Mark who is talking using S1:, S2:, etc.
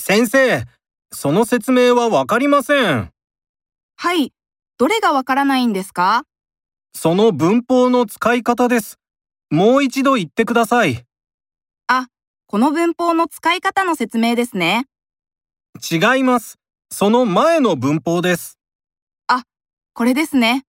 S1: 先生、その説明はわかりません。
S2: はい。どれがわからないんですか
S1: その文法の使い方です。もう一度言ってください。
S2: この文法の使い方の説明ですね。
S1: 違います。その前の文法です。
S2: これですね。